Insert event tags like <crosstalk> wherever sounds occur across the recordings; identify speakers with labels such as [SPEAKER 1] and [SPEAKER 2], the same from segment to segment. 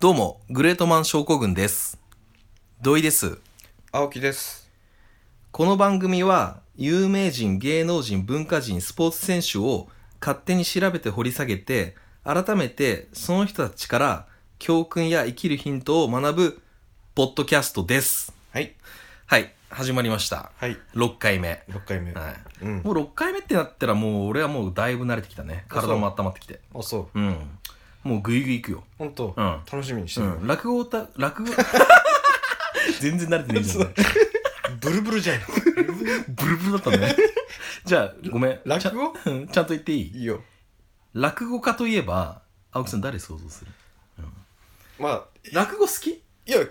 [SPEAKER 1] どうも、グレートマン症候群です。土井です。
[SPEAKER 2] 青木です
[SPEAKER 1] この番組は、有名人、芸能人、文化人、スポーツ選手を勝手に調べて掘り下げて、改めてその人たちから教訓や生きるヒントを学ぶ、ポッドキャストです。
[SPEAKER 2] はい
[SPEAKER 1] はい、始まりました。
[SPEAKER 2] はい
[SPEAKER 1] 6回目。
[SPEAKER 2] 6回目、
[SPEAKER 1] はい。
[SPEAKER 2] うん
[SPEAKER 1] もう6回目ってなったらもう俺はもうだいぶ慣れてきたね。
[SPEAKER 2] あそう
[SPEAKER 1] 体も温まってきて。
[SPEAKER 2] あそう
[SPEAKER 1] うん。もうグイグイ行くよ。
[SPEAKER 2] 本当、
[SPEAKER 1] うん
[SPEAKER 2] 楽しみにして
[SPEAKER 1] う
[SPEAKER 2] る、
[SPEAKER 1] ん。落語た、落語。 <laughs> 全然慣れてないじゃん。
[SPEAKER 2] ブルブルじゃん
[SPEAKER 1] ブルブルだった
[SPEAKER 2] <laughs>
[SPEAKER 1] ね。じゃあ、ごめん。ちゃ
[SPEAKER 2] 落語
[SPEAKER 1] うんちゃんと言ってい <laughs> い
[SPEAKER 2] いいよ
[SPEAKER 1] 落語家といえば、青木さん誰想像する
[SPEAKER 2] まあ
[SPEAKER 1] 落語好き
[SPEAKER 2] いや好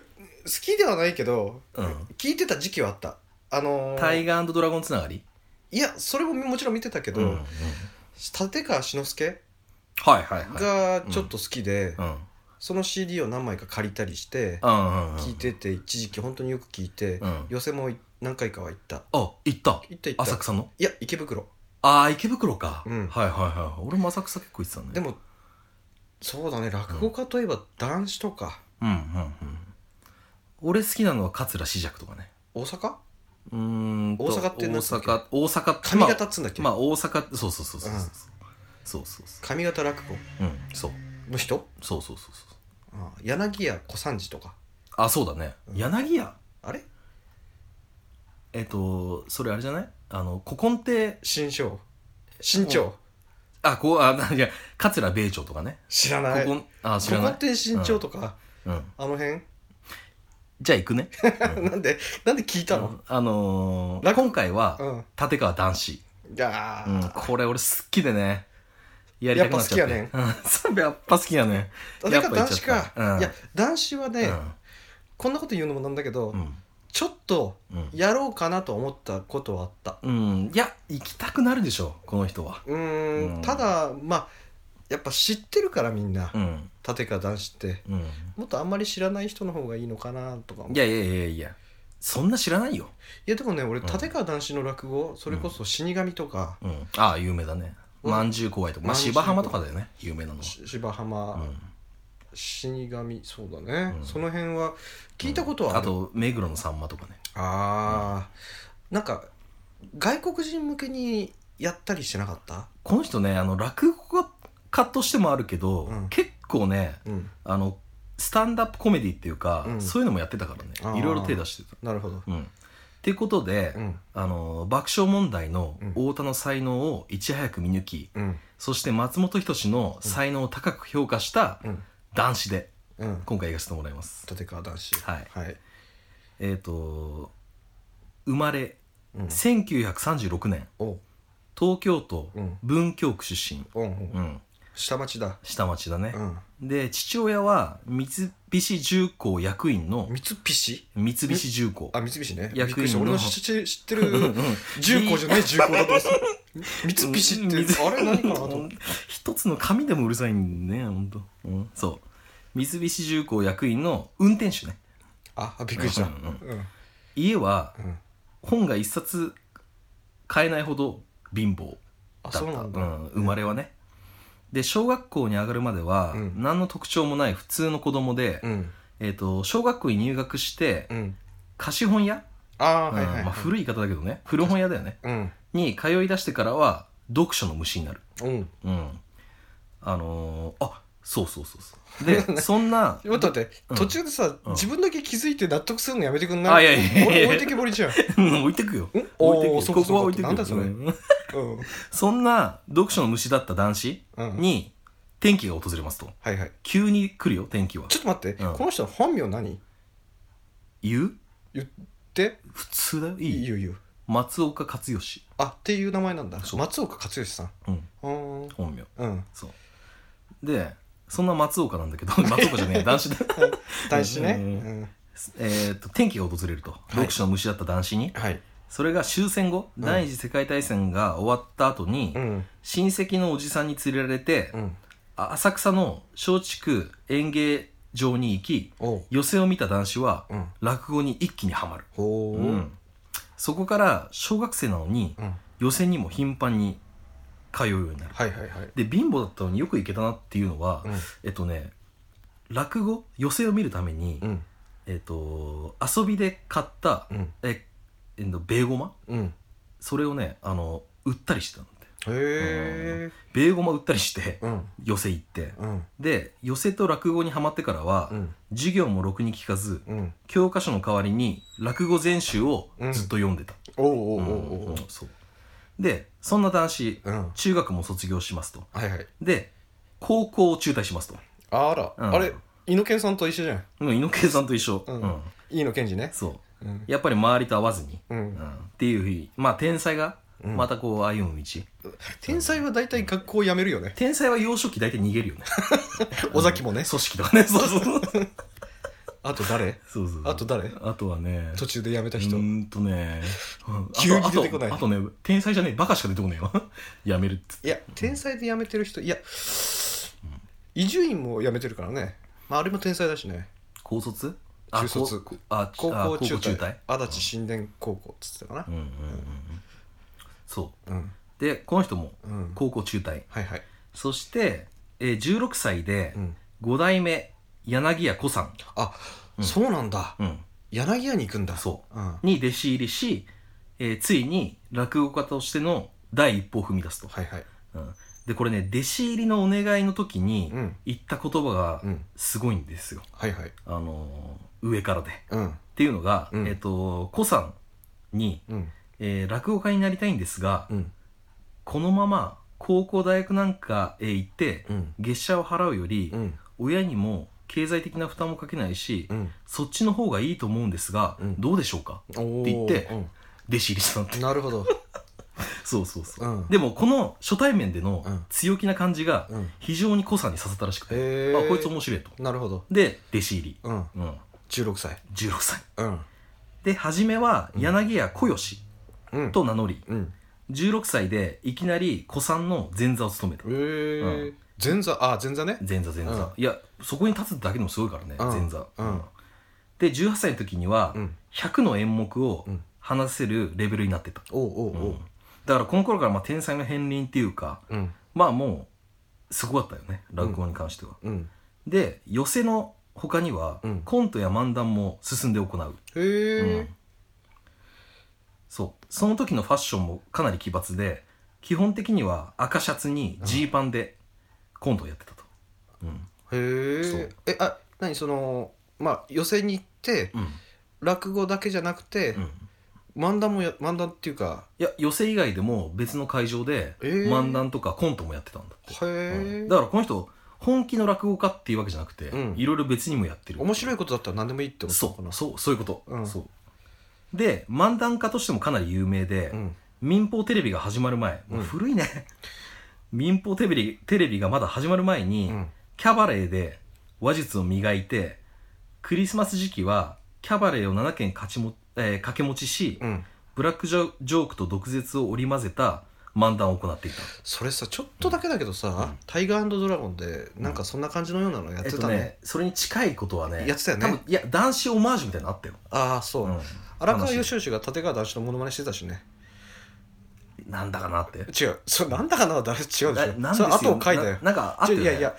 [SPEAKER 2] きではないけど、
[SPEAKER 1] うん
[SPEAKER 2] 聞いてた時期はあったあのー
[SPEAKER 1] タイガードラゴンつながり
[SPEAKER 2] いやそれももちろん見てたけど、
[SPEAKER 1] うんうん
[SPEAKER 2] 立川志の輔
[SPEAKER 1] はいはいはい。
[SPEAKER 2] がちょっと好きで、
[SPEAKER 1] うん。
[SPEAKER 2] その CD を何枚か借りたりして
[SPEAKER 1] うんうんうん。
[SPEAKER 2] 聞いてて一時期本当によく聞いて、
[SPEAKER 1] うん
[SPEAKER 2] 寄せも何回かは行った
[SPEAKER 1] あ、行った。
[SPEAKER 2] 行った行った
[SPEAKER 1] 浅草の
[SPEAKER 2] いや池袋
[SPEAKER 1] ああ、池袋か。
[SPEAKER 2] うん
[SPEAKER 1] はいはいはい。俺も浅草結構行ってたね。
[SPEAKER 2] でもそうだね落語家といえば男子とか
[SPEAKER 1] うんうんうん。俺好きなのは桂枝雀とかね。
[SPEAKER 2] 大阪
[SPEAKER 1] うーんと
[SPEAKER 2] 大阪って
[SPEAKER 1] 大
[SPEAKER 2] なんだっけ
[SPEAKER 1] 阪、大阪って
[SPEAKER 2] 髪型っつうんだっけ、
[SPEAKER 1] まあまあ大阪、そうそうそうそうそう。
[SPEAKER 2] うん
[SPEAKER 1] そうそうそ
[SPEAKER 2] 髪型落語
[SPEAKER 1] う。うん、そう。
[SPEAKER 2] の人
[SPEAKER 1] そうそうそうそう
[SPEAKER 2] ああ柳家小三治とか
[SPEAKER 1] あそうだね
[SPEAKER 2] うん
[SPEAKER 1] 柳家
[SPEAKER 2] あれ
[SPEAKER 1] えっ、とそれあれじゃないあの古今亭
[SPEAKER 2] 新章新潮
[SPEAKER 1] あこうあないや桂米朝とかね
[SPEAKER 2] 知ら
[SPEAKER 1] 古
[SPEAKER 2] ない
[SPEAKER 1] 今あ知
[SPEAKER 2] 古
[SPEAKER 1] らない
[SPEAKER 2] 今亭新潮とか、
[SPEAKER 1] うん
[SPEAKER 2] あの辺 <laughs>
[SPEAKER 1] じゃあ行くね、うん
[SPEAKER 2] なんでなんで聞いたの
[SPEAKER 1] あのー
[SPEAKER 2] 楽
[SPEAKER 1] 今回は
[SPEAKER 2] うん、
[SPEAKER 1] 立川談志、
[SPEAKER 2] いや
[SPEAKER 1] うん、
[SPEAKER 2] ー、
[SPEAKER 1] これ俺好きでねやりたくなっちゃって
[SPEAKER 2] やっ
[SPEAKER 1] <laughs> ぱ好きやねやっぱ好きやね
[SPEAKER 2] だから男子
[SPEAKER 1] やっぱ、言
[SPEAKER 2] か
[SPEAKER 1] っちゃったうん
[SPEAKER 2] いや男子はね、
[SPEAKER 1] うん
[SPEAKER 2] こんなこと言うのもなんだけど、
[SPEAKER 1] うん
[SPEAKER 2] ちょっと
[SPEAKER 1] うん
[SPEAKER 2] やろうかなと思ったことはあった
[SPEAKER 1] うん、いや行きたくなるでしょこの人は
[SPEAKER 2] うーん
[SPEAKER 1] うん
[SPEAKER 2] ただまあやっぱ知ってるからみんな、
[SPEAKER 1] うん
[SPEAKER 2] 立川男子って
[SPEAKER 1] うん
[SPEAKER 2] もっとあんまり知らない人の方がいいのかなとか思う
[SPEAKER 1] いやいやいやいやそんな知らないよ、
[SPEAKER 2] いやでもね俺
[SPEAKER 1] うん
[SPEAKER 2] 立川談志の落語それこそ死神とか、
[SPEAKER 1] うん、ああ有名だね
[SPEAKER 2] うん
[SPEAKER 1] まんじゅう公園とか、まあ、
[SPEAKER 2] まんじゅう
[SPEAKER 1] 芝浜とかだよね有名なのは、
[SPEAKER 2] し芝浜、
[SPEAKER 1] う
[SPEAKER 2] 死神そうだね、
[SPEAKER 1] うん
[SPEAKER 2] その辺は
[SPEAKER 1] ん、
[SPEAKER 2] 聞いたことは
[SPEAKER 1] あ
[SPEAKER 2] る、
[SPEAKER 1] と目黒のさんまとかね
[SPEAKER 2] あーなんか外国人向けにやったりしてなかった
[SPEAKER 1] この人ねあの落語家としてもあるけど、
[SPEAKER 2] うん
[SPEAKER 1] 結構ね
[SPEAKER 2] うん
[SPEAKER 1] あのスタンダップコメディっていうか、
[SPEAKER 2] うん
[SPEAKER 1] そういうのもやってたか
[SPEAKER 2] あ
[SPEAKER 1] ら
[SPEAKER 2] ー
[SPEAKER 1] ねいろいろ手出してた
[SPEAKER 2] なるほど
[SPEAKER 1] うんっていうことで、
[SPEAKER 2] うん
[SPEAKER 1] あの爆笑問題の
[SPEAKER 2] うん
[SPEAKER 1] 太田の才能をいち早く見抜き、
[SPEAKER 2] うん
[SPEAKER 1] そして松本人志の才能を高く評価した
[SPEAKER 2] うん
[SPEAKER 1] 男子で
[SPEAKER 2] うん
[SPEAKER 1] 今回言わせてもらいます、
[SPEAKER 2] 立川談志
[SPEAKER 1] はい
[SPEAKER 2] はい、
[SPEAKER 1] えっ、と生まれ
[SPEAKER 2] うん、
[SPEAKER 1] 1936年
[SPEAKER 2] お
[SPEAKER 1] 東京都
[SPEAKER 2] うん
[SPEAKER 1] 文京区出身、
[SPEAKER 2] おんお
[SPEAKER 1] うんん、
[SPEAKER 2] 下町だ
[SPEAKER 1] 下町だね
[SPEAKER 2] う、ん
[SPEAKER 1] で父親は三菱重工役員の
[SPEAKER 2] 三菱
[SPEAKER 1] 三菱重工
[SPEAKER 2] あ三菱ね
[SPEAKER 1] 役員の
[SPEAKER 2] びっくりした俺の知知知って
[SPEAKER 1] うんう
[SPEAKER 2] る
[SPEAKER 1] ん
[SPEAKER 2] 重工じ
[SPEAKER 1] <laughs>
[SPEAKER 2] ゃない重工だと思ってた三菱って
[SPEAKER 1] 三
[SPEAKER 2] あれ何かなと思って
[SPEAKER 1] 一つの紙でもうるさいんだねほんと、うん、そう三菱重工役員の運転手ね
[SPEAKER 2] ああびっくりした
[SPEAKER 1] う
[SPEAKER 2] うんん
[SPEAKER 1] 家は
[SPEAKER 2] うん
[SPEAKER 1] 本が一冊買えないほど貧乏だ
[SPEAKER 2] あ
[SPEAKER 1] った
[SPEAKER 2] そうなんだ
[SPEAKER 1] ん、生まれはねで小学校に上がるまでは
[SPEAKER 2] うん
[SPEAKER 1] 何の特徴もない普通の子供で、
[SPEAKER 2] うん
[SPEAKER 1] えー、と小学校に入学して
[SPEAKER 2] うん
[SPEAKER 1] 貸本屋、
[SPEAKER 2] ああはい
[SPEAKER 1] うん
[SPEAKER 2] はい
[SPEAKER 1] まあ、古い言い方だけどね古本屋だよね
[SPEAKER 2] うん
[SPEAKER 1] に通い出してからは読書の虫になる
[SPEAKER 2] うん
[SPEAKER 1] うんあのー、あそうそうそうそう
[SPEAKER 2] <laughs>
[SPEAKER 1] でそんな
[SPEAKER 2] 待って待って
[SPEAKER 1] うん
[SPEAKER 2] 途中でさ
[SPEAKER 1] うん
[SPEAKER 2] 自分だけ気づいて納得するのやめてくん
[SPEAKER 1] あ
[SPEAKER 2] ない
[SPEAKER 1] いやいやいや
[SPEAKER 2] 俺置いてけぼりじゃん
[SPEAKER 1] <laughs>
[SPEAKER 2] ん
[SPEAKER 1] うん置いてくよ置いてく
[SPEAKER 2] お
[SPEAKER 1] よ
[SPEAKER 2] おそう
[SPEAKER 1] こ
[SPEAKER 2] か
[SPEAKER 1] こは
[SPEAKER 2] そう
[SPEAKER 1] 置いてく
[SPEAKER 2] か
[SPEAKER 1] よ
[SPEAKER 2] なんだそれ
[SPEAKER 1] う
[SPEAKER 2] うん
[SPEAKER 1] ん
[SPEAKER 2] うん
[SPEAKER 1] そんな読書の虫だった男子
[SPEAKER 2] はい
[SPEAKER 1] に天気が訪れますと
[SPEAKER 2] はい
[SPEAKER 1] 急に来るよ天気は
[SPEAKER 2] ちょっと待って
[SPEAKER 1] うん
[SPEAKER 2] この人の本名何
[SPEAKER 1] 言う
[SPEAKER 2] 言って
[SPEAKER 1] 普通だよい
[SPEAKER 2] い
[SPEAKER 1] い
[SPEAKER 2] いよいいよ
[SPEAKER 1] 松岡克義、
[SPEAKER 2] あっていう名前なんだ
[SPEAKER 1] そう
[SPEAKER 2] 松岡克義さん
[SPEAKER 1] うん、
[SPEAKER 2] うーん
[SPEAKER 1] 本名
[SPEAKER 2] うん
[SPEAKER 1] そうでそんな松岡なんだけど <laughs> 松岡じゃねえ男子だ <laughs>
[SPEAKER 2] 大事ね
[SPEAKER 1] う
[SPEAKER 2] うんん
[SPEAKER 1] えーと天気が訪れると、読書の虫だった男子に
[SPEAKER 2] はい
[SPEAKER 1] それが終戦後、
[SPEAKER 2] ん
[SPEAKER 1] 第二次世界大戦が終わった後に、
[SPEAKER 2] うん
[SPEAKER 1] 親戚のおじさんに連れられて、
[SPEAKER 2] うん
[SPEAKER 1] あ浅草の松竹演芸場に行き
[SPEAKER 2] おう
[SPEAKER 1] 寄席を見た男子は
[SPEAKER 2] うん
[SPEAKER 1] 落語に一気にはまる、
[SPEAKER 2] ほう
[SPEAKER 1] うんそこから小学生なのに
[SPEAKER 2] うん
[SPEAKER 1] 寄席にも頻繁に通うようになる
[SPEAKER 2] はいはいはい
[SPEAKER 1] で貧乏だったのによく行けたなっていうのは、
[SPEAKER 2] うん
[SPEAKER 1] えっとね落語寄席を見るために、
[SPEAKER 2] うん
[SPEAKER 1] えっ、と遊びで買った
[SPEAKER 2] うん
[SPEAKER 1] ええっとベーゴマ
[SPEAKER 2] うん
[SPEAKER 1] それをねあの売ったりしてたんだよ
[SPEAKER 2] へえ
[SPEAKER 1] ベーゴマ売ったりして
[SPEAKER 2] うん
[SPEAKER 1] 寄席行って
[SPEAKER 2] うん
[SPEAKER 1] で寄席と落語にハマってからは、
[SPEAKER 2] うん
[SPEAKER 1] 授業もろくに聞かず
[SPEAKER 2] うん
[SPEAKER 1] 教科書の代わりに落語全集をずっと読んでた、
[SPEAKER 2] おうお
[SPEAKER 1] う
[SPEAKER 2] うお
[SPEAKER 1] ん
[SPEAKER 2] うおう
[SPEAKER 1] そうでそんな男子
[SPEAKER 2] うん
[SPEAKER 1] 中学も卒業しますと
[SPEAKER 2] はいはい
[SPEAKER 1] で高校を中退しますと
[SPEAKER 2] あら、
[SPEAKER 1] うん
[SPEAKER 2] あれ猪健さんと一緒じゃん
[SPEAKER 1] うん猪木さんと一緒、
[SPEAKER 2] うん
[SPEAKER 1] うん
[SPEAKER 2] 飯野健二ね
[SPEAKER 1] そう
[SPEAKER 2] うん
[SPEAKER 1] やっぱり周りと合わずに、
[SPEAKER 2] う
[SPEAKER 1] うん
[SPEAKER 2] ん
[SPEAKER 1] っていうふうにまあ天才が
[SPEAKER 2] うん
[SPEAKER 1] またこう歩む道、
[SPEAKER 2] 天才は大体学校を辞めるよね
[SPEAKER 1] 天才は幼少期大体逃げるよね
[SPEAKER 2] <laughs> 尾崎もね
[SPEAKER 1] 組織と
[SPEAKER 2] <laughs>
[SPEAKER 1] かねそうそうそう
[SPEAKER 2] あと誰
[SPEAKER 1] そうそう
[SPEAKER 2] あと誰
[SPEAKER 1] あとはね
[SPEAKER 2] 途中で辞めた
[SPEAKER 1] う
[SPEAKER 2] 人
[SPEAKER 1] ーんとねうんあと
[SPEAKER 2] 急に出てこない
[SPEAKER 1] あとあとね天才じゃねえバカしか出てこねえわ <laughs> やめるっつって
[SPEAKER 2] いや天才で辞めてる人いや伊集院も辞めてるからねまああれも天才だしね
[SPEAKER 1] 高卒
[SPEAKER 2] 中卒
[SPEAKER 1] こあ
[SPEAKER 2] 高
[SPEAKER 1] あ
[SPEAKER 2] 校
[SPEAKER 1] 高
[SPEAKER 2] 中
[SPEAKER 1] 校中
[SPEAKER 2] 退
[SPEAKER 1] 退
[SPEAKER 2] 足立新田高校っつってたか
[SPEAKER 1] うんうんうんうんそ
[SPEAKER 2] なうん
[SPEAKER 1] うでこの人も
[SPEAKER 2] うん
[SPEAKER 1] 高校中退
[SPEAKER 2] はいはい
[SPEAKER 1] そして、えー、16歳で
[SPEAKER 2] うん
[SPEAKER 1] 5代目柳家小さん、
[SPEAKER 2] あ
[SPEAKER 1] うん
[SPEAKER 2] そうなんだ
[SPEAKER 1] うん、
[SPEAKER 2] 柳屋に行くんだ
[SPEAKER 1] そう
[SPEAKER 2] うん
[SPEAKER 1] に弟子入りし、えーついに落語家としての第一歩を踏み出すと、
[SPEAKER 2] はいはい
[SPEAKER 1] うん、でこれね弟子入りのお願いの時に
[SPEAKER 2] うん
[SPEAKER 1] 言った言葉が
[SPEAKER 2] うん
[SPEAKER 1] すごいんですよ、
[SPEAKER 2] はいはい
[SPEAKER 1] あのー上からでっ
[SPEAKER 2] うん
[SPEAKER 1] ていうのが、
[SPEAKER 2] うん
[SPEAKER 1] えっ、と子さんに、
[SPEAKER 2] うん
[SPEAKER 1] えー落語家になりたいんですが、
[SPEAKER 2] うん
[SPEAKER 1] このまま高校大学なんかへ行って
[SPEAKER 2] うん
[SPEAKER 1] 月謝を払うより、
[SPEAKER 2] うん
[SPEAKER 1] 親にも経済的な負担もかけないし、
[SPEAKER 2] うん
[SPEAKER 1] そっちの方がいいと思うんですが、
[SPEAKER 2] うん
[SPEAKER 1] どうでしょうか
[SPEAKER 2] おー
[SPEAKER 1] って言って弟子入り
[SPEAKER 2] <laughs>
[SPEAKER 1] したんだっ
[SPEAKER 2] う
[SPEAKER 1] て
[SPEAKER 2] んなるほど
[SPEAKER 1] そうそうそう、
[SPEAKER 2] うん
[SPEAKER 1] でもこの初対面での
[SPEAKER 2] うん
[SPEAKER 1] 強気な感じが
[SPEAKER 2] うん
[SPEAKER 1] 非常に濃さに刺さったらしくて、
[SPEAKER 2] へえ
[SPEAKER 1] あこいつ面白いと
[SPEAKER 2] なるほど
[SPEAKER 1] で弟子入り、
[SPEAKER 2] うん
[SPEAKER 1] うん、
[SPEAKER 2] 16歳
[SPEAKER 1] 16歳
[SPEAKER 2] うん
[SPEAKER 1] で初めは柳家小吉
[SPEAKER 2] うん
[SPEAKER 1] と名乗り
[SPEAKER 2] うん
[SPEAKER 1] 16歳でいきなり古参の前座を務めた
[SPEAKER 2] へえ前座あ前座ね
[SPEAKER 1] 前座前座、
[SPEAKER 2] うん
[SPEAKER 1] いやそこに立つだけでもすごいからね、
[SPEAKER 2] うん
[SPEAKER 1] 前座、
[SPEAKER 2] うん
[SPEAKER 1] で18歳の時には
[SPEAKER 2] うん
[SPEAKER 1] 100の演目を
[SPEAKER 2] うん
[SPEAKER 1] 話せるレベルになってた、
[SPEAKER 2] おうおうお
[SPEAKER 1] うん
[SPEAKER 2] う
[SPEAKER 1] だからこの頃からまあ天才の片鱗っていうか
[SPEAKER 2] うん
[SPEAKER 1] まあもうすごかったよね落語に関しては、
[SPEAKER 2] うん
[SPEAKER 1] で寄席の他には、
[SPEAKER 2] うん
[SPEAKER 1] コントや漫談も進んで行う、
[SPEAKER 2] へ
[SPEAKER 1] う
[SPEAKER 2] え
[SPEAKER 1] んそうその時のファッションもかなり奇抜で基本的には赤シャツにジーパンでコントをやってたとうんそ
[SPEAKER 2] へ
[SPEAKER 1] う
[SPEAKER 2] ええあ何そのまあ寄席に行って
[SPEAKER 1] うん、
[SPEAKER 2] 落語だけじゃなくて
[SPEAKER 1] うん、い
[SPEAKER 2] 漫談もや漫談っていうか
[SPEAKER 1] や寄席以外でも別の会場で
[SPEAKER 2] へー
[SPEAKER 1] 漫談とかコントもやってたんだって、う
[SPEAKER 2] へ
[SPEAKER 1] んだ
[SPEAKER 2] え
[SPEAKER 1] からこの人本気の落語家っていうわけじゃなくて、
[SPEAKER 2] うん
[SPEAKER 1] いろいろ別にもやってる
[SPEAKER 2] 面白
[SPEAKER 1] い
[SPEAKER 2] いことだったら何でもいいってこと
[SPEAKER 1] そ
[SPEAKER 2] かな
[SPEAKER 1] うそうそういうこと、
[SPEAKER 2] うん
[SPEAKER 1] そうで漫談家としてもかなり有名で、
[SPEAKER 2] うん
[SPEAKER 1] 民放テレビが始まる前、もう古いね <laughs> 民放テレビテレビがまだ始まる前に、
[SPEAKER 2] うん
[SPEAKER 1] キャバレーで話術を磨いてクリスマス時期はキャバレーを7件勝ちも、えー掛け持ちし、
[SPEAKER 2] うん
[SPEAKER 1] ブラックジョジョークと毒舌を織り交ぜた漫談を行っていた
[SPEAKER 2] それさちょっとだけだけどさ「タイガードラゴン」でなんかそんな感じのようなのやってた
[SPEAKER 1] えっと
[SPEAKER 2] ね
[SPEAKER 1] ねそれに近いことはね
[SPEAKER 2] やってたよね
[SPEAKER 1] 多分いや男子オマージュみたいなのあったよ、
[SPEAKER 2] ああそううん荒川義義が立川談志のモノマネしてたしね
[SPEAKER 1] なんだかなって
[SPEAKER 2] 違うそれなんだかな誰違うでしょ
[SPEAKER 1] ななん
[SPEAKER 2] そ
[SPEAKER 1] で
[SPEAKER 2] れ
[SPEAKER 1] すよ
[SPEAKER 2] 後を書いたよ
[SPEAKER 1] ななんかあったよ、ね、
[SPEAKER 2] ちょいやいや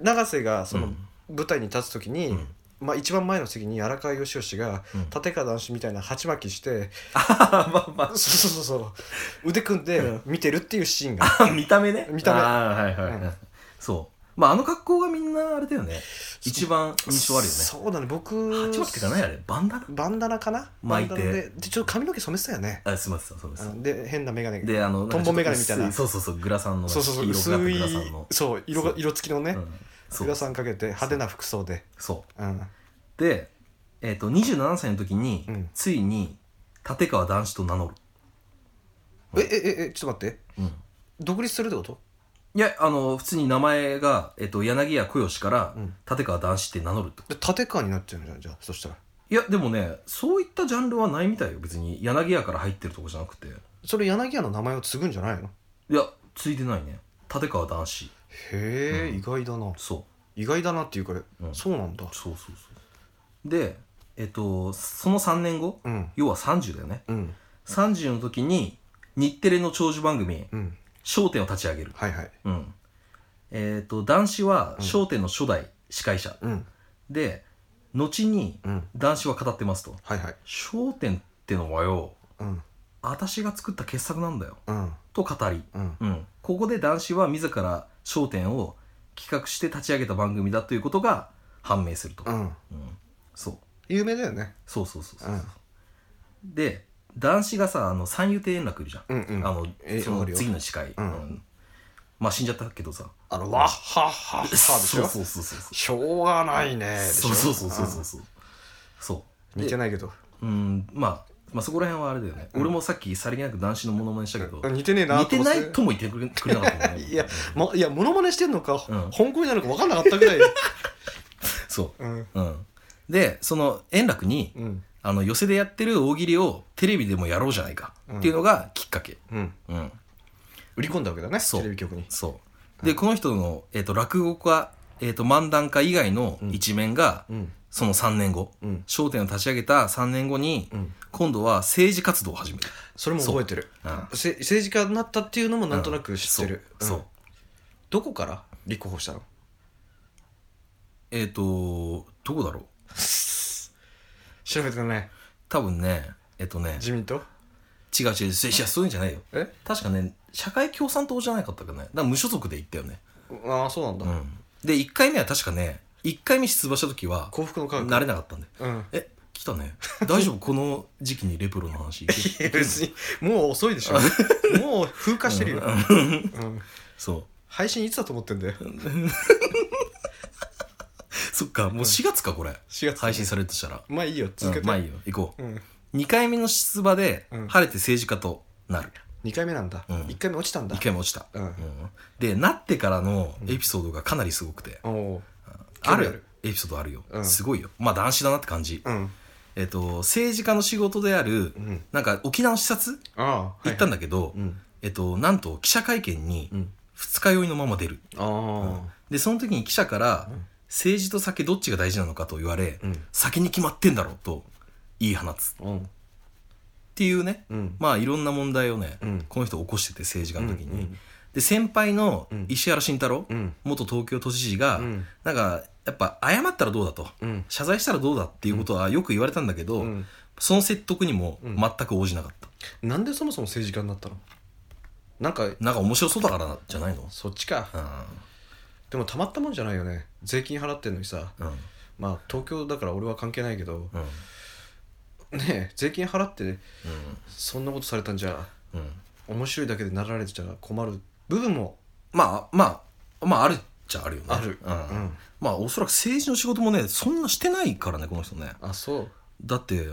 [SPEAKER 2] 永瀬がそうの
[SPEAKER 1] ん
[SPEAKER 2] 舞台に立つ時に、
[SPEAKER 1] うん
[SPEAKER 2] まあ、一番前の席に荒川義義が
[SPEAKER 1] うん
[SPEAKER 2] 立川談志みたいな鉢巻きして、
[SPEAKER 1] あ <laughs> まあまあ
[SPEAKER 2] そうそうそうそう腕組んで見てるっていうシーンが、
[SPEAKER 1] 見た目ね
[SPEAKER 2] 見た目
[SPEAKER 1] あーはいはい、はい
[SPEAKER 2] うん
[SPEAKER 1] そうまああの格好がみんなあれだよね一番 <laughs> 印象あるよね
[SPEAKER 2] そうだね僕
[SPEAKER 1] 八巻ってかないあれバンダ
[SPEAKER 2] バンダナかな
[SPEAKER 1] 巻いて
[SPEAKER 2] バンダナででちょっと髪の毛染めてたよね
[SPEAKER 1] ナあすみませんそうで
[SPEAKER 2] あ
[SPEAKER 1] す
[SPEAKER 2] ので変な眼鏡
[SPEAKER 1] であの
[SPEAKER 2] トンボメガネみたいな
[SPEAKER 1] 薄そうそうそうグラさんの
[SPEAKER 2] そうそうそう
[SPEAKER 1] 黄色く
[SPEAKER 2] 薄い
[SPEAKER 1] なったグラさんの
[SPEAKER 2] そう色が色付きのね、
[SPEAKER 1] うんそ
[SPEAKER 2] 裏
[SPEAKER 1] う
[SPEAKER 2] さんかけて派手な服装で
[SPEAKER 1] そ
[SPEAKER 2] うん
[SPEAKER 1] うでえっ、と27歳の時に、
[SPEAKER 2] うん
[SPEAKER 1] ついに立川談志と名乗る、
[SPEAKER 2] ええええちょっと待って
[SPEAKER 1] うん、
[SPEAKER 2] 独立するってこと
[SPEAKER 1] いやあの普通に名前が、えっと柳家小吉から
[SPEAKER 2] うん
[SPEAKER 1] 立川談志って名乗るってこと
[SPEAKER 2] で立川になっちゃうんじゃんじゃあそしたら
[SPEAKER 1] いやでもねそういったジャンルはないみたいよ別に柳家から入ってるとこじゃなくて
[SPEAKER 2] それ柳家の名前を継ぐんじゃないの
[SPEAKER 1] いやついてないね立川談志
[SPEAKER 2] へえ、
[SPEAKER 1] うん
[SPEAKER 2] 意外だな
[SPEAKER 1] そ
[SPEAKER 2] 意外だなっていうか、
[SPEAKER 1] うん
[SPEAKER 2] そうなんだ
[SPEAKER 1] うそうそうそうでえっとその3年後
[SPEAKER 2] うん
[SPEAKER 1] 要は30だよね
[SPEAKER 2] うん
[SPEAKER 1] 30の時に日テレの長寿番組
[SPEAKER 2] うん
[SPEAKER 1] 『笑点』を立ち上げる
[SPEAKER 2] はいはい
[SPEAKER 1] うんえっと談志は『笑点』の初代、司会者
[SPEAKER 2] うん
[SPEAKER 1] で後に
[SPEAKER 2] うん
[SPEAKER 1] 談志は語ってますと
[SPEAKER 2] はいはい
[SPEAKER 1] 『笑点』ってのはよ
[SPEAKER 2] うん
[SPEAKER 1] 私が作った傑作なんだよ
[SPEAKER 2] うん
[SPEAKER 1] と語り、
[SPEAKER 2] うん
[SPEAKER 1] うん、ここで談志は自ら『笑点』を企画して立ち上げた番組だということが判明すると、
[SPEAKER 2] うん
[SPEAKER 1] うんそう
[SPEAKER 2] 有名だよね
[SPEAKER 1] そうそうそうそう、
[SPEAKER 2] うん
[SPEAKER 1] で男子がさあの三遊亭円楽いるじゃん、
[SPEAKER 2] うんうん
[SPEAKER 1] あの
[SPEAKER 2] え
[SPEAKER 1] その
[SPEAKER 2] わかるよ
[SPEAKER 1] 次の司会、
[SPEAKER 2] うん
[SPEAKER 1] まあ死んじゃったけどさ
[SPEAKER 2] あのわっはっはっはでし
[SPEAKER 1] そう
[SPEAKER 2] ょ
[SPEAKER 1] そうそうそうそう
[SPEAKER 2] しょうがないねでし
[SPEAKER 1] そ
[SPEAKER 2] ょ
[SPEAKER 1] うそうそうそうそうそうそう
[SPEAKER 2] うん似て
[SPEAKER 1] で
[SPEAKER 2] ないけど
[SPEAKER 1] うんまあまあそこら辺はあれだよね、
[SPEAKER 2] うん
[SPEAKER 1] 俺もさっきさりげなく男子のモノマネしたけど、
[SPEAKER 2] 似てねえな
[SPEAKER 1] 似てな
[SPEAKER 2] 思っ
[SPEAKER 1] いとも言ってくれくれなかったもんね
[SPEAKER 2] いやま、いや、モノマネしてんのか、
[SPEAKER 1] うん
[SPEAKER 2] 本当になのか分かんなかった
[SPEAKER 1] <laughs>
[SPEAKER 2] ぐらい。
[SPEAKER 1] そ
[SPEAKER 2] うん。
[SPEAKER 1] ううんでその円楽に
[SPEAKER 2] うん。
[SPEAKER 1] あの寄席でやってる大喜利をテレビでもやろうじゃないかっていうのがきっかけ、
[SPEAKER 2] うん。
[SPEAKER 1] うん、
[SPEAKER 2] 売り込んだわけだね、
[SPEAKER 1] そう
[SPEAKER 2] テレビ局に。
[SPEAKER 1] そう。で、この人の、えっ、と、落語家、えっ、と、漫談家以外の
[SPEAKER 2] うん
[SPEAKER 1] 一面が、
[SPEAKER 2] うん。
[SPEAKER 1] その3年後、
[SPEAKER 2] うん。
[SPEAKER 1] 商店を立ち上げた3年後に、
[SPEAKER 2] うん。
[SPEAKER 1] 今度は政治活動を始める。
[SPEAKER 2] それも覚えてる。
[SPEAKER 1] うん
[SPEAKER 2] せ政治家になったっていうのもなんとなく知ってる。
[SPEAKER 1] そう。そう
[SPEAKER 2] うんどこから立候補したの
[SPEAKER 1] えっ、と、どこだろう
[SPEAKER 2] 調べてない。
[SPEAKER 1] 多分ね、えっ、とね、
[SPEAKER 2] 自民党
[SPEAKER 1] 違う違う、いや、そういうんじゃないよ。
[SPEAKER 2] え
[SPEAKER 1] 確かね、社会共産党じゃなかったかね。だから無所属で行ったよね。
[SPEAKER 2] ああ、そうなんだ。
[SPEAKER 1] うん。で、1回目は確かね、1回目出馬した時は、
[SPEAKER 2] 幸福の科学。
[SPEAKER 1] 慣れなかったんで。 <laughs>
[SPEAKER 2] うん。
[SPEAKER 1] え、来たね。大
[SPEAKER 2] <laughs>
[SPEAKER 1] 丈夫この時期にレプロの話。
[SPEAKER 2] いや、別に、もう遅いでしょ。もう風化してるよ。うん。
[SPEAKER 1] そう。
[SPEAKER 2] 配信いつだと思ってんだよ。
[SPEAKER 1] そっか、もう4月か、これ。
[SPEAKER 2] 4月。
[SPEAKER 1] 配信されるとしたら。
[SPEAKER 2] まあいいよ、続け
[SPEAKER 1] うん
[SPEAKER 2] て。
[SPEAKER 1] まあいいよ、行こ
[SPEAKER 2] うん。
[SPEAKER 1] う。2回目の出馬で
[SPEAKER 2] うん、
[SPEAKER 1] 晴れて政治家となる。
[SPEAKER 2] 2回目なんだ。
[SPEAKER 1] うん
[SPEAKER 2] 1回目落ちたんだ
[SPEAKER 1] 1。回目落ちた。
[SPEAKER 2] うん
[SPEAKER 1] うんで、なってからのエピソードがかなりすごくて、
[SPEAKER 2] おお
[SPEAKER 1] あ
[SPEAKER 2] 興味あ
[SPEAKER 1] る
[SPEAKER 2] る
[SPEAKER 1] エピソードあるよ
[SPEAKER 2] う。ん
[SPEAKER 1] すごいよ。まあ、男子だなって感じ
[SPEAKER 2] ー。。うん。
[SPEAKER 1] えっと、政治家の仕事である
[SPEAKER 2] う、ん。
[SPEAKER 1] なんか沖縄の視察
[SPEAKER 2] ああ、はい
[SPEAKER 1] 行ったんだけど
[SPEAKER 2] う、ん。
[SPEAKER 1] えっと、なんと記者会見に
[SPEAKER 2] うん。
[SPEAKER 1] 二日酔いのまま出る。
[SPEAKER 2] あ
[SPEAKER 1] で、その時に記者から
[SPEAKER 2] うん、
[SPEAKER 1] 政治と酒どっちが大事なのかと言われ
[SPEAKER 2] あ。、うん。
[SPEAKER 1] 先に決まってんだろうと言い放つっ
[SPEAKER 2] うん。
[SPEAKER 1] ていうね
[SPEAKER 2] うん。
[SPEAKER 1] まあいろんな問題をね、
[SPEAKER 2] うん
[SPEAKER 1] この人起こしてて政治家の時に、
[SPEAKER 2] うん
[SPEAKER 1] で先輩の
[SPEAKER 2] うん
[SPEAKER 1] 石原慎太郎、
[SPEAKER 2] うん。
[SPEAKER 1] 元東京都知事が、
[SPEAKER 2] うん
[SPEAKER 1] なんかやっぱ謝ったらどうだと
[SPEAKER 2] うん。
[SPEAKER 1] 謝罪したらどうだっていうことはよく言われたんだけど、
[SPEAKER 2] うん
[SPEAKER 1] その説得にも
[SPEAKER 2] うん
[SPEAKER 1] 全く応じなかった、
[SPEAKER 2] なんでそもそも政治家になったのなんか、
[SPEAKER 1] なんか面白そうだからじゃないの
[SPEAKER 2] そっちか。でもたまったもんじゃないよね。税金払ってんのにさ。
[SPEAKER 1] うんうん
[SPEAKER 2] まあ、東京だから俺は関係ないけど、
[SPEAKER 1] うん
[SPEAKER 2] ねえ税金払って、そんなことされたんじゃ、
[SPEAKER 1] うんうん
[SPEAKER 2] 面白いだけでなられてたら困る部分も
[SPEAKER 1] まあまあまああるっちゃあるよね
[SPEAKER 2] ある。
[SPEAKER 1] うんまあおそらく政治の仕事もねそんなしてないからねこの人ね
[SPEAKER 2] あ、そう。
[SPEAKER 1] だって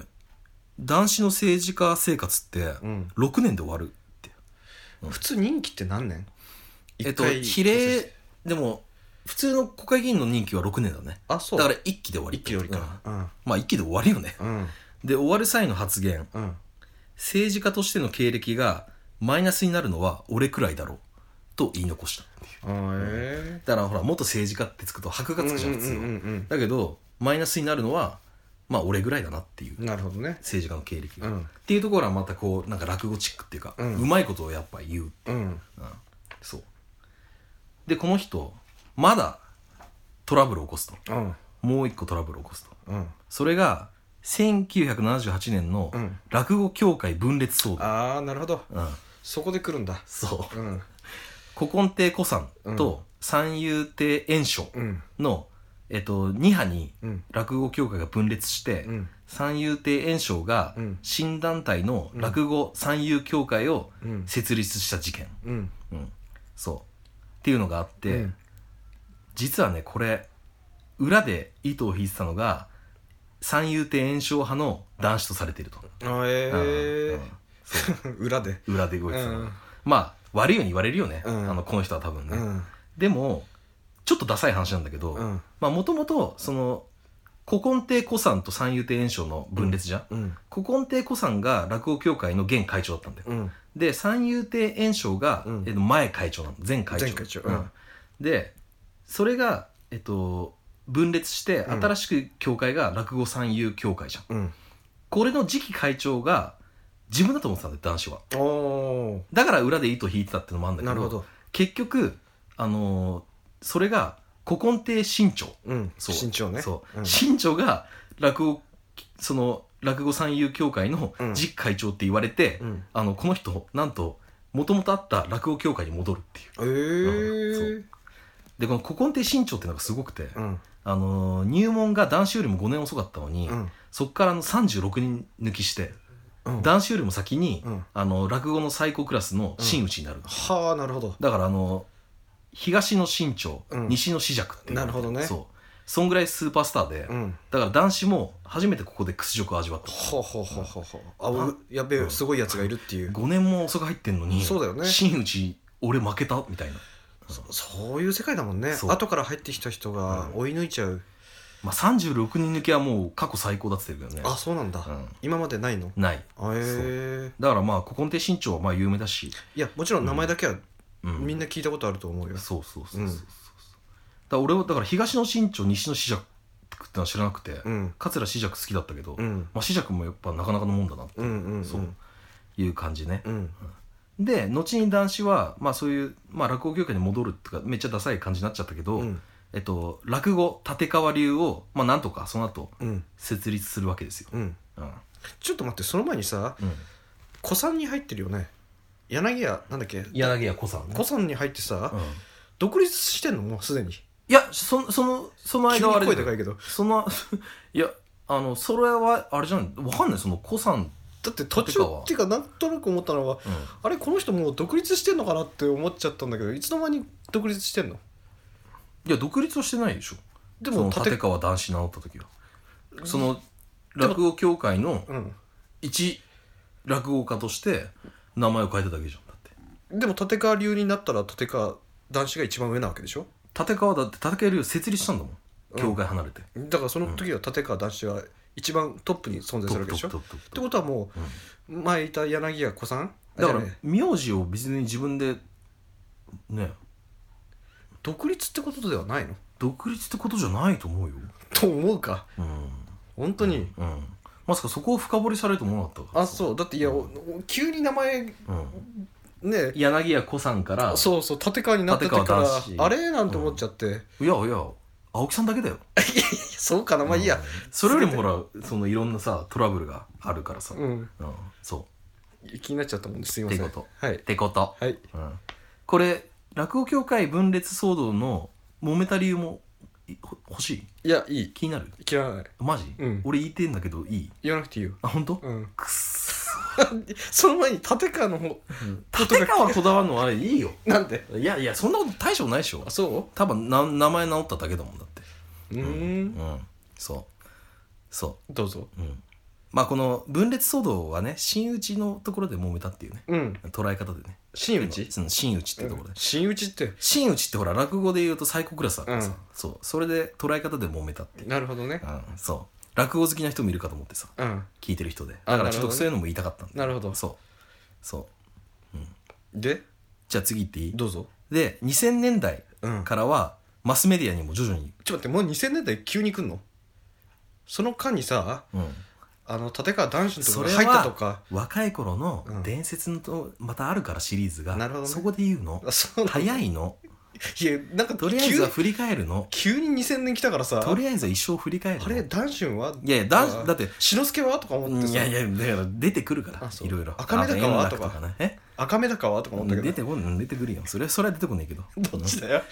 [SPEAKER 1] 男子の政治家生活って
[SPEAKER 2] うん。
[SPEAKER 1] 6年で終わるって、
[SPEAKER 2] 普通任期って何年
[SPEAKER 1] えっと
[SPEAKER 2] 一回
[SPEAKER 1] 比例でも普通の国会議員の任期は6年だね
[SPEAKER 2] あ、そ
[SPEAKER 1] だ
[SPEAKER 2] う。
[SPEAKER 1] から1期で終わり
[SPEAKER 2] 一期よりか。うん。
[SPEAKER 1] うんまあ1期で終わるよね
[SPEAKER 2] うん。
[SPEAKER 1] で終わる際の発言
[SPEAKER 2] うん。
[SPEAKER 1] 政治家としての経歴がマイナスになるのは俺くらいだろうと言い残した
[SPEAKER 2] え
[SPEAKER 1] だからほら元政治家ってつくと箔がつくじゃん普通は
[SPEAKER 2] ん
[SPEAKER 1] だけどマイナスになるのはまあ俺ぐらいだなっていう
[SPEAKER 2] なるほどね
[SPEAKER 1] 政治家の経歴が、
[SPEAKER 2] うん
[SPEAKER 1] っていうところはまたこうなんか落語チックっていうか、う
[SPEAKER 2] うん
[SPEAKER 1] まいことをやっぱ言う、
[SPEAKER 2] うん
[SPEAKER 1] うんそうでこの人まだトラブルを起こすと
[SPEAKER 2] うん
[SPEAKER 1] もう一個トラブルを起こすと
[SPEAKER 2] うん
[SPEAKER 1] それが1978年の
[SPEAKER 2] うん
[SPEAKER 1] 落語協会分裂騒動、
[SPEAKER 2] ああなるほど
[SPEAKER 1] うん
[SPEAKER 2] そこで来るんだ
[SPEAKER 1] そう
[SPEAKER 2] うん
[SPEAKER 1] 古今亭古参と三遊亭圓生
[SPEAKER 2] うん
[SPEAKER 1] の、えっと、2派に
[SPEAKER 2] うん
[SPEAKER 1] 落語協会が分裂して、
[SPEAKER 2] うん
[SPEAKER 1] 三遊亭圓生が
[SPEAKER 2] うん
[SPEAKER 1] 新団体の落語三遊協会を
[SPEAKER 2] うん
[SPEAKER 1] 設立した事件、
[SPEAKER 2] うん
[SPEAKER 1] うん、そうっていうのがあって、
[SPEAKER 2] うん
[SPEAKER 1] 実はねこれ裏で糸を引いてたのが三遊亭円生派の男子とされていると、う
[SPEAKER 2] あ
[SPEAKER 1] んうん
[SPEAKER 2] ええ裏で
[SPEAKER 1] 裏で動いてたの、
[SPEAKER 2] うん
[SPEAKER 1] まあ悪いように言われるよね、
[SPEAKER 2] うん
[SPEAKER 1] あのこの人は多分ね、
[SPEAKER 2] うん
[SPEAKER 1] でもちょっとダサい話なんだけど、
[SPEAKER 2] うん
[SPEAKER 1] まあもともとその古今亭古参と三遊亭円生の分裂じゃん、
[SPEAKER 2] うん
[SPEAKER 1] 古今亭古参が落語協会の現会長だったんだよ、
[SPEAKER 2] うん
[SPEAKER 1] で三遊亭圓生が、
[SPEAKER 2] うん
[SPEAKER 1] えっと、前会長なの前会長
[SPEAKER 2] 前会長うん
[SPEAKER 1] でそれが、えっと、分裂して
[SPEAKER 2] うん
[SPEAKER 1] 新しく協会が落語三遊協会じゃん、
[SPEAKER 2] うん
[SPEAKER 1] これの次期会長が自分だと思ってたんだよ男子は
[SPEAKER 2] おお
[SPEAKER 1] だから裏で糸引いてたってのもあるんだけ
[SPEAKER 2] な
[SPEAKER 1] ど
[SPEAKER 2] るほど
[SPEAKER 1] 結局あのーそれが古今亭新潮
[SPEAKER 2] うん
[SPEAKER 1] そう
[SPEAKER 2] 身長ね
[SPEAKER 1] そう、
[SPEAKER 2] ん
[SPEAKER 1] 新潮が落語その落語三遊協会の次期会長って言われて、
[SPEAKER 2] うん
[SPEAKER 1] あのこの人なんともともとあった落語協会に戻るっていう
[SPEAKER 2] え
[SPEAKER 1] そ
[SPEAKER 2] ー
[SPEAKER 1] うでこの古今亭新潮ってのがすごくて、
[SPEAKER 2] うん
[SPEAKER 1] あのー入門が男子よりも5年遅かったのに、
[SPEAKER 2] うん
[SPEAKER 1] そっからあの36人抜きして、
[SPEAKER 2] うん
[SPEAKER 1] 男子よりも先に、
[SPEAKER 2] うん
[SPEAKER 1] あの落語の最高クラスの真打ちになる、
[SPEAKER 2] はあなるほど
[SPEAKER 1] だからあの東の新潮、
[SPEAKER 2] うん
[SPEAKER 1] 西の四尺っていう
[SPEAKER 2] なるほどね
[SPEAKER 1] そうそんぐらいスーパースターで、
[SPEAKER 2] うん
[SPEAKER 1] だから男子も初めてここで屈辱を味わった
[SPEAKER 2] ほうほうほうほうほうあ
[SPEAKER 1] あ
[SPEAKER 2] うやべ
[SPEAKER 1] う
[SPEAKER 2] え
[SPEAKER 1] ん
[SPEAKER 2] すごいやつがいるっていう
[SPEAKER 1] 5年も遅く入ってんのに
[SPEAKER 2] そうだよね
[SPEAKER 1] 真打ち俺負けたみたいな、
[SPEAKER 2] そういう世界だもんね
[SPEAKER 1] そう
[SPEAKER 2] 後から入ってきた人が追い抜いちゃう
[SPEAKER 1] まあ、36人抜きはもう過去最高だって言ってるけどね
[SPEAKER 2] あそうなんだ
[SPEAKER 1] うん
[SPEAKER 2] 今までないの
[SPEAKER 1] ない
[SPEAKER 2] あえー
[SPEAKER 1] だからまあ古今亭新潮はまあ有名だし、
[SPEAKER 2] いやもちろん名前だけは
[SPEAKER 1] うん、
[SPEAKER 2] みんな聞いたことあると思うよ
[SPEAKER 1] そうそうそうそうそう、
[SPEAKER 2] うん
[SPEAKER 1] だから俺はだから東の新潮西の四尺ってのは知らなくて、
[SPEAKER 2] うん
[SPEAKER 1] 桂四尺好きだったけど、
[SPEAKER 2] うん
[SPEAKER 1] まあ、四尺もやっぱなかなかのもんだな
[SPEAKER 2] うんうんうん
[SPEAKER 1] そういう感じね、
[SPEAKER 2] うん
[SPEAKER 1] で後に男子はまあそういう、まあ、落語業界に戻るっていうかめっちゃダサい感じになっちゃったけど、
[SPEAKER 2] うん
[SPEAKER 1] えっと、落語立川流をまあなんとかその後
[SPEAKER 2] うん
[SPEAKER 1] 設立するわけですよ、
[SPEAKER 2] うん
[SPEAKER 1] うん
[SPEAKER 2] ちょっと待ってその前にさ
[SPEAKER 1] うん、
[SPEAKER 2] 古参に入ってるよね柳家なんだっけ
[SPEAKER 1] 柳家小さんね
[SPEAKER 2] 古参に入ってさ
[SPEAKER 1] うん、い
[SPEAKER 2] 独立してんのもうすでに
[SPEAKER 1] やそそのその間
[SPEAKER 2] 急に
[SPEAKER 1] はあれだ
[SPEAKER 2] 声
[SPEAKER 1] よ
[SPEAKER 2] でかいけど
[SPEAKER 1] その <laughs> いやあのそれはあれじゃないわかんないその子さん、
[SPEAKER 2] だって途
[SPEAKER 1] 立
[SPEAKER 2] 中
[SPEAKER 1] 川
[SPEAKER 2] っていうかなんとなく思ったのはあれこの人もう独立してんのかなって思っちゃったんだけどいつの間に独立してんの
[SPEAKER 1] いや独立はしてないでしょ
[SPEAKER 2] で
[SPEAKER 1] でも
[SPEAKER 2] も
[SPEAKER 1] 立川男子名乗った時はその
[SPEAKER 2] も
[SPEAKER 1] 落語協会の
[SPEAKER 2] うん
[SPEAKER 1] 一落語家として名前を変えただけじゃんだって
[SPEAKER 2] でも立川流になったら立川男子が一番上なわけでしょ
[SPEAKER 1] 立川だって立川流設立したんだもん
[SPEAKER 2] うん
[SPEAKER 1] 協会離れて、
[SPEAKER 2] だからその時は立川男子は一番トップに存在するわけでしょっ
[SPEAKER 1] ト
[SPEAKER 2] て
[SPEAKER 1] ップトップトップ
[SPEAKER 2] ことはもう前いた柳家子さん
[SPEAKER 1] だから
[SPEAKER 2] じゃあね
[SPEAKER 1] 名字を別に自分でね
[SPEAKER 2] 独立ってことではないの
[SPEAKER 1] 独立ってことじゃないと思うよ
[SPEAKER 2] と思うか
[SPEAKER 1] うん、
[SPEAKER 2] 本当に
[SPEAKER 1] うん、まさかそこを深掘りされると思わなかったから
[SPEAKER 2] あそうだっていやおお急に名前
[SPEAKER 1] うん、
[SPEAKER 2] ね
[SPEAKER 1] 柳家小さんから「
[SPEAKER 2] そうそう立川になった時か
[SPEAKER 1] 立川男子
[SPEAKER 2] らあれなんて思っちゃって、
[SPEAKER 1] いやいや青木さんだけだよ
[SPEAKER 2] そうかな」まあいいや、
[SPEAKER 1] それよりもほらそのいろんなさトラブルがあるからさ、
[SPEAKER 2] うん
[SPEAKER 1] うんそ
[SPEAKER 2] 気になっちゃったもんですいません
[SPEAKER 1] ってこと
[SPEAKER 2] は
[SPEAKER 1] う
[SPEAKER 2] い、
[SPEAKER 1] ってこと、
[SPEAKER 2] はい、
[SPEAKER 1] うん、これ落語協会分裂騒動の揉めた理由もいほ欲しい
[SPEAKER 2] いやいい
[SPEAKER 1] 気になる
[SPEAKER 2] 切らない
[SPEAKER 1] マジ、
[SPEAKER 2] うん
[SPEAKER 1] 俺言いてんだけどいい
[SPEAKER 2] 言わなくていいよ
[SPEAKER 1] あ本当、
[SPEAKER 2] うん
[SPEAKER 1] くっそ
[SPEAKER 2] その前に立川の方
[SPEAKER 1] 立川こだわるのはあれいいよ
[SPEAKER 2] なんで
[SPEAKER 1] いやいやそんなこと大したことないでしょ
[SPEAKER 2] あそ
[SPEAKER 1] 多分な名前直っただけだもんだって
[SPEAKER 2] ううー
[SPEAKER 1] うんんそうそう
[SPEAKER 2] どうぞ
[SPEAKER 1] うん、まあこの分裂騒動はね真打ちのところで揉めたっていうね
[SPEAKER 2] うん
[SPEAKER 1] 捉え方でね
[SPEAKER 2] 真打ち
[SPEAKER 1] その真打ちっていうところで、
[SPEAKER 2] 真打ちって
[SPEAKER 1] 真打ちってほら落語で言うと最高クラスだからさ、
[SPEAKER 2] うん
[SPEAKER 1] そうそれで捉え方で揉めたっていう、
[SPEAKER 2] なるほどね
[SPEAKER 1] うん、そう落語好きな人もいるかと思ってさ
[SPEAKER 2] うん
[SPEAKER 1] 聞いてる人で
[SPEAKER 2] あ
[SPEAKER 1] だからちょっ
[SPEAKER 2] なるほ
[SPEAKER 1] と
[SPEAKER 2] どね
[SPEAKER 1] そういうのも言いたかったんだ
[SPEAKER 2] なるほど
[SPEAKER 1] そうそう
[SPEAKER 2] で
[SPEAKER 1] じゃあ次行っていい
[SPEAKER 2] どうぞ
[SPEAKER 1] で2000年代
[SPEAKER 2] うん
[SPEAKER 1] からはマスメディアにも徐々に、
[SPEAKER 2] ちょっと待ってもう2000年代急に来んのその間にさ
[SPEAKER 1] うん、
[SPEAKER 2] あの立川男子のとこ
[SPEAKER 1] そ
[SPEAKER 2] ろ
[SPEAKER 1] れ
[SPEAKER 2] に
[SPEAKER 1] は
[SPEAKER 2] 入ったとか
[SPEAKER 1] 若い頃の
[SPEAKER 2] うん
[SPEAKER 1] 伝説のとまたあるからシリーズが、
[SPEAKER 2] なるほどね
[SPEAKER 1] そこで言う
[SPEAKER 2] <laughs>
[SPEAKER 1] の
[SPEAKER 2] あそうなんだ
[SPEAKER 1] 早いの
[SPEAKER 2] いやなんか
[SPEAKER 1] とりあえずは
[SPEAKER 2] 急
[SPEAKER 1] 振り返るの
[SPEAKER 2] 急に2000年来たからさ
[SPEAKER 1] とりあえずは一生振り返るの
[SPEAKER 2] あれ男子はい
[SPEAKER 1] やいや男子だって
[SPEAKER 2] 志の輔はとか思って
[SPEAKER 1] い
[SPEAKER 2] さ
[SPEAKER 1] やいやだから出てくるから
[SPEAKER 2] あそう
[SPEAKER 1] いろいろ
[SPEAKER 2] 赤目高はとか
[SPEAKER 1] 赤目高ねえ
[SPEAKER 2] 赤目高はとか思ったけど
[SPEAKER 1] 出てこん出てくるよそれはそれは出てこないけど
[SPEAKER 2] <laughs> どっちだよ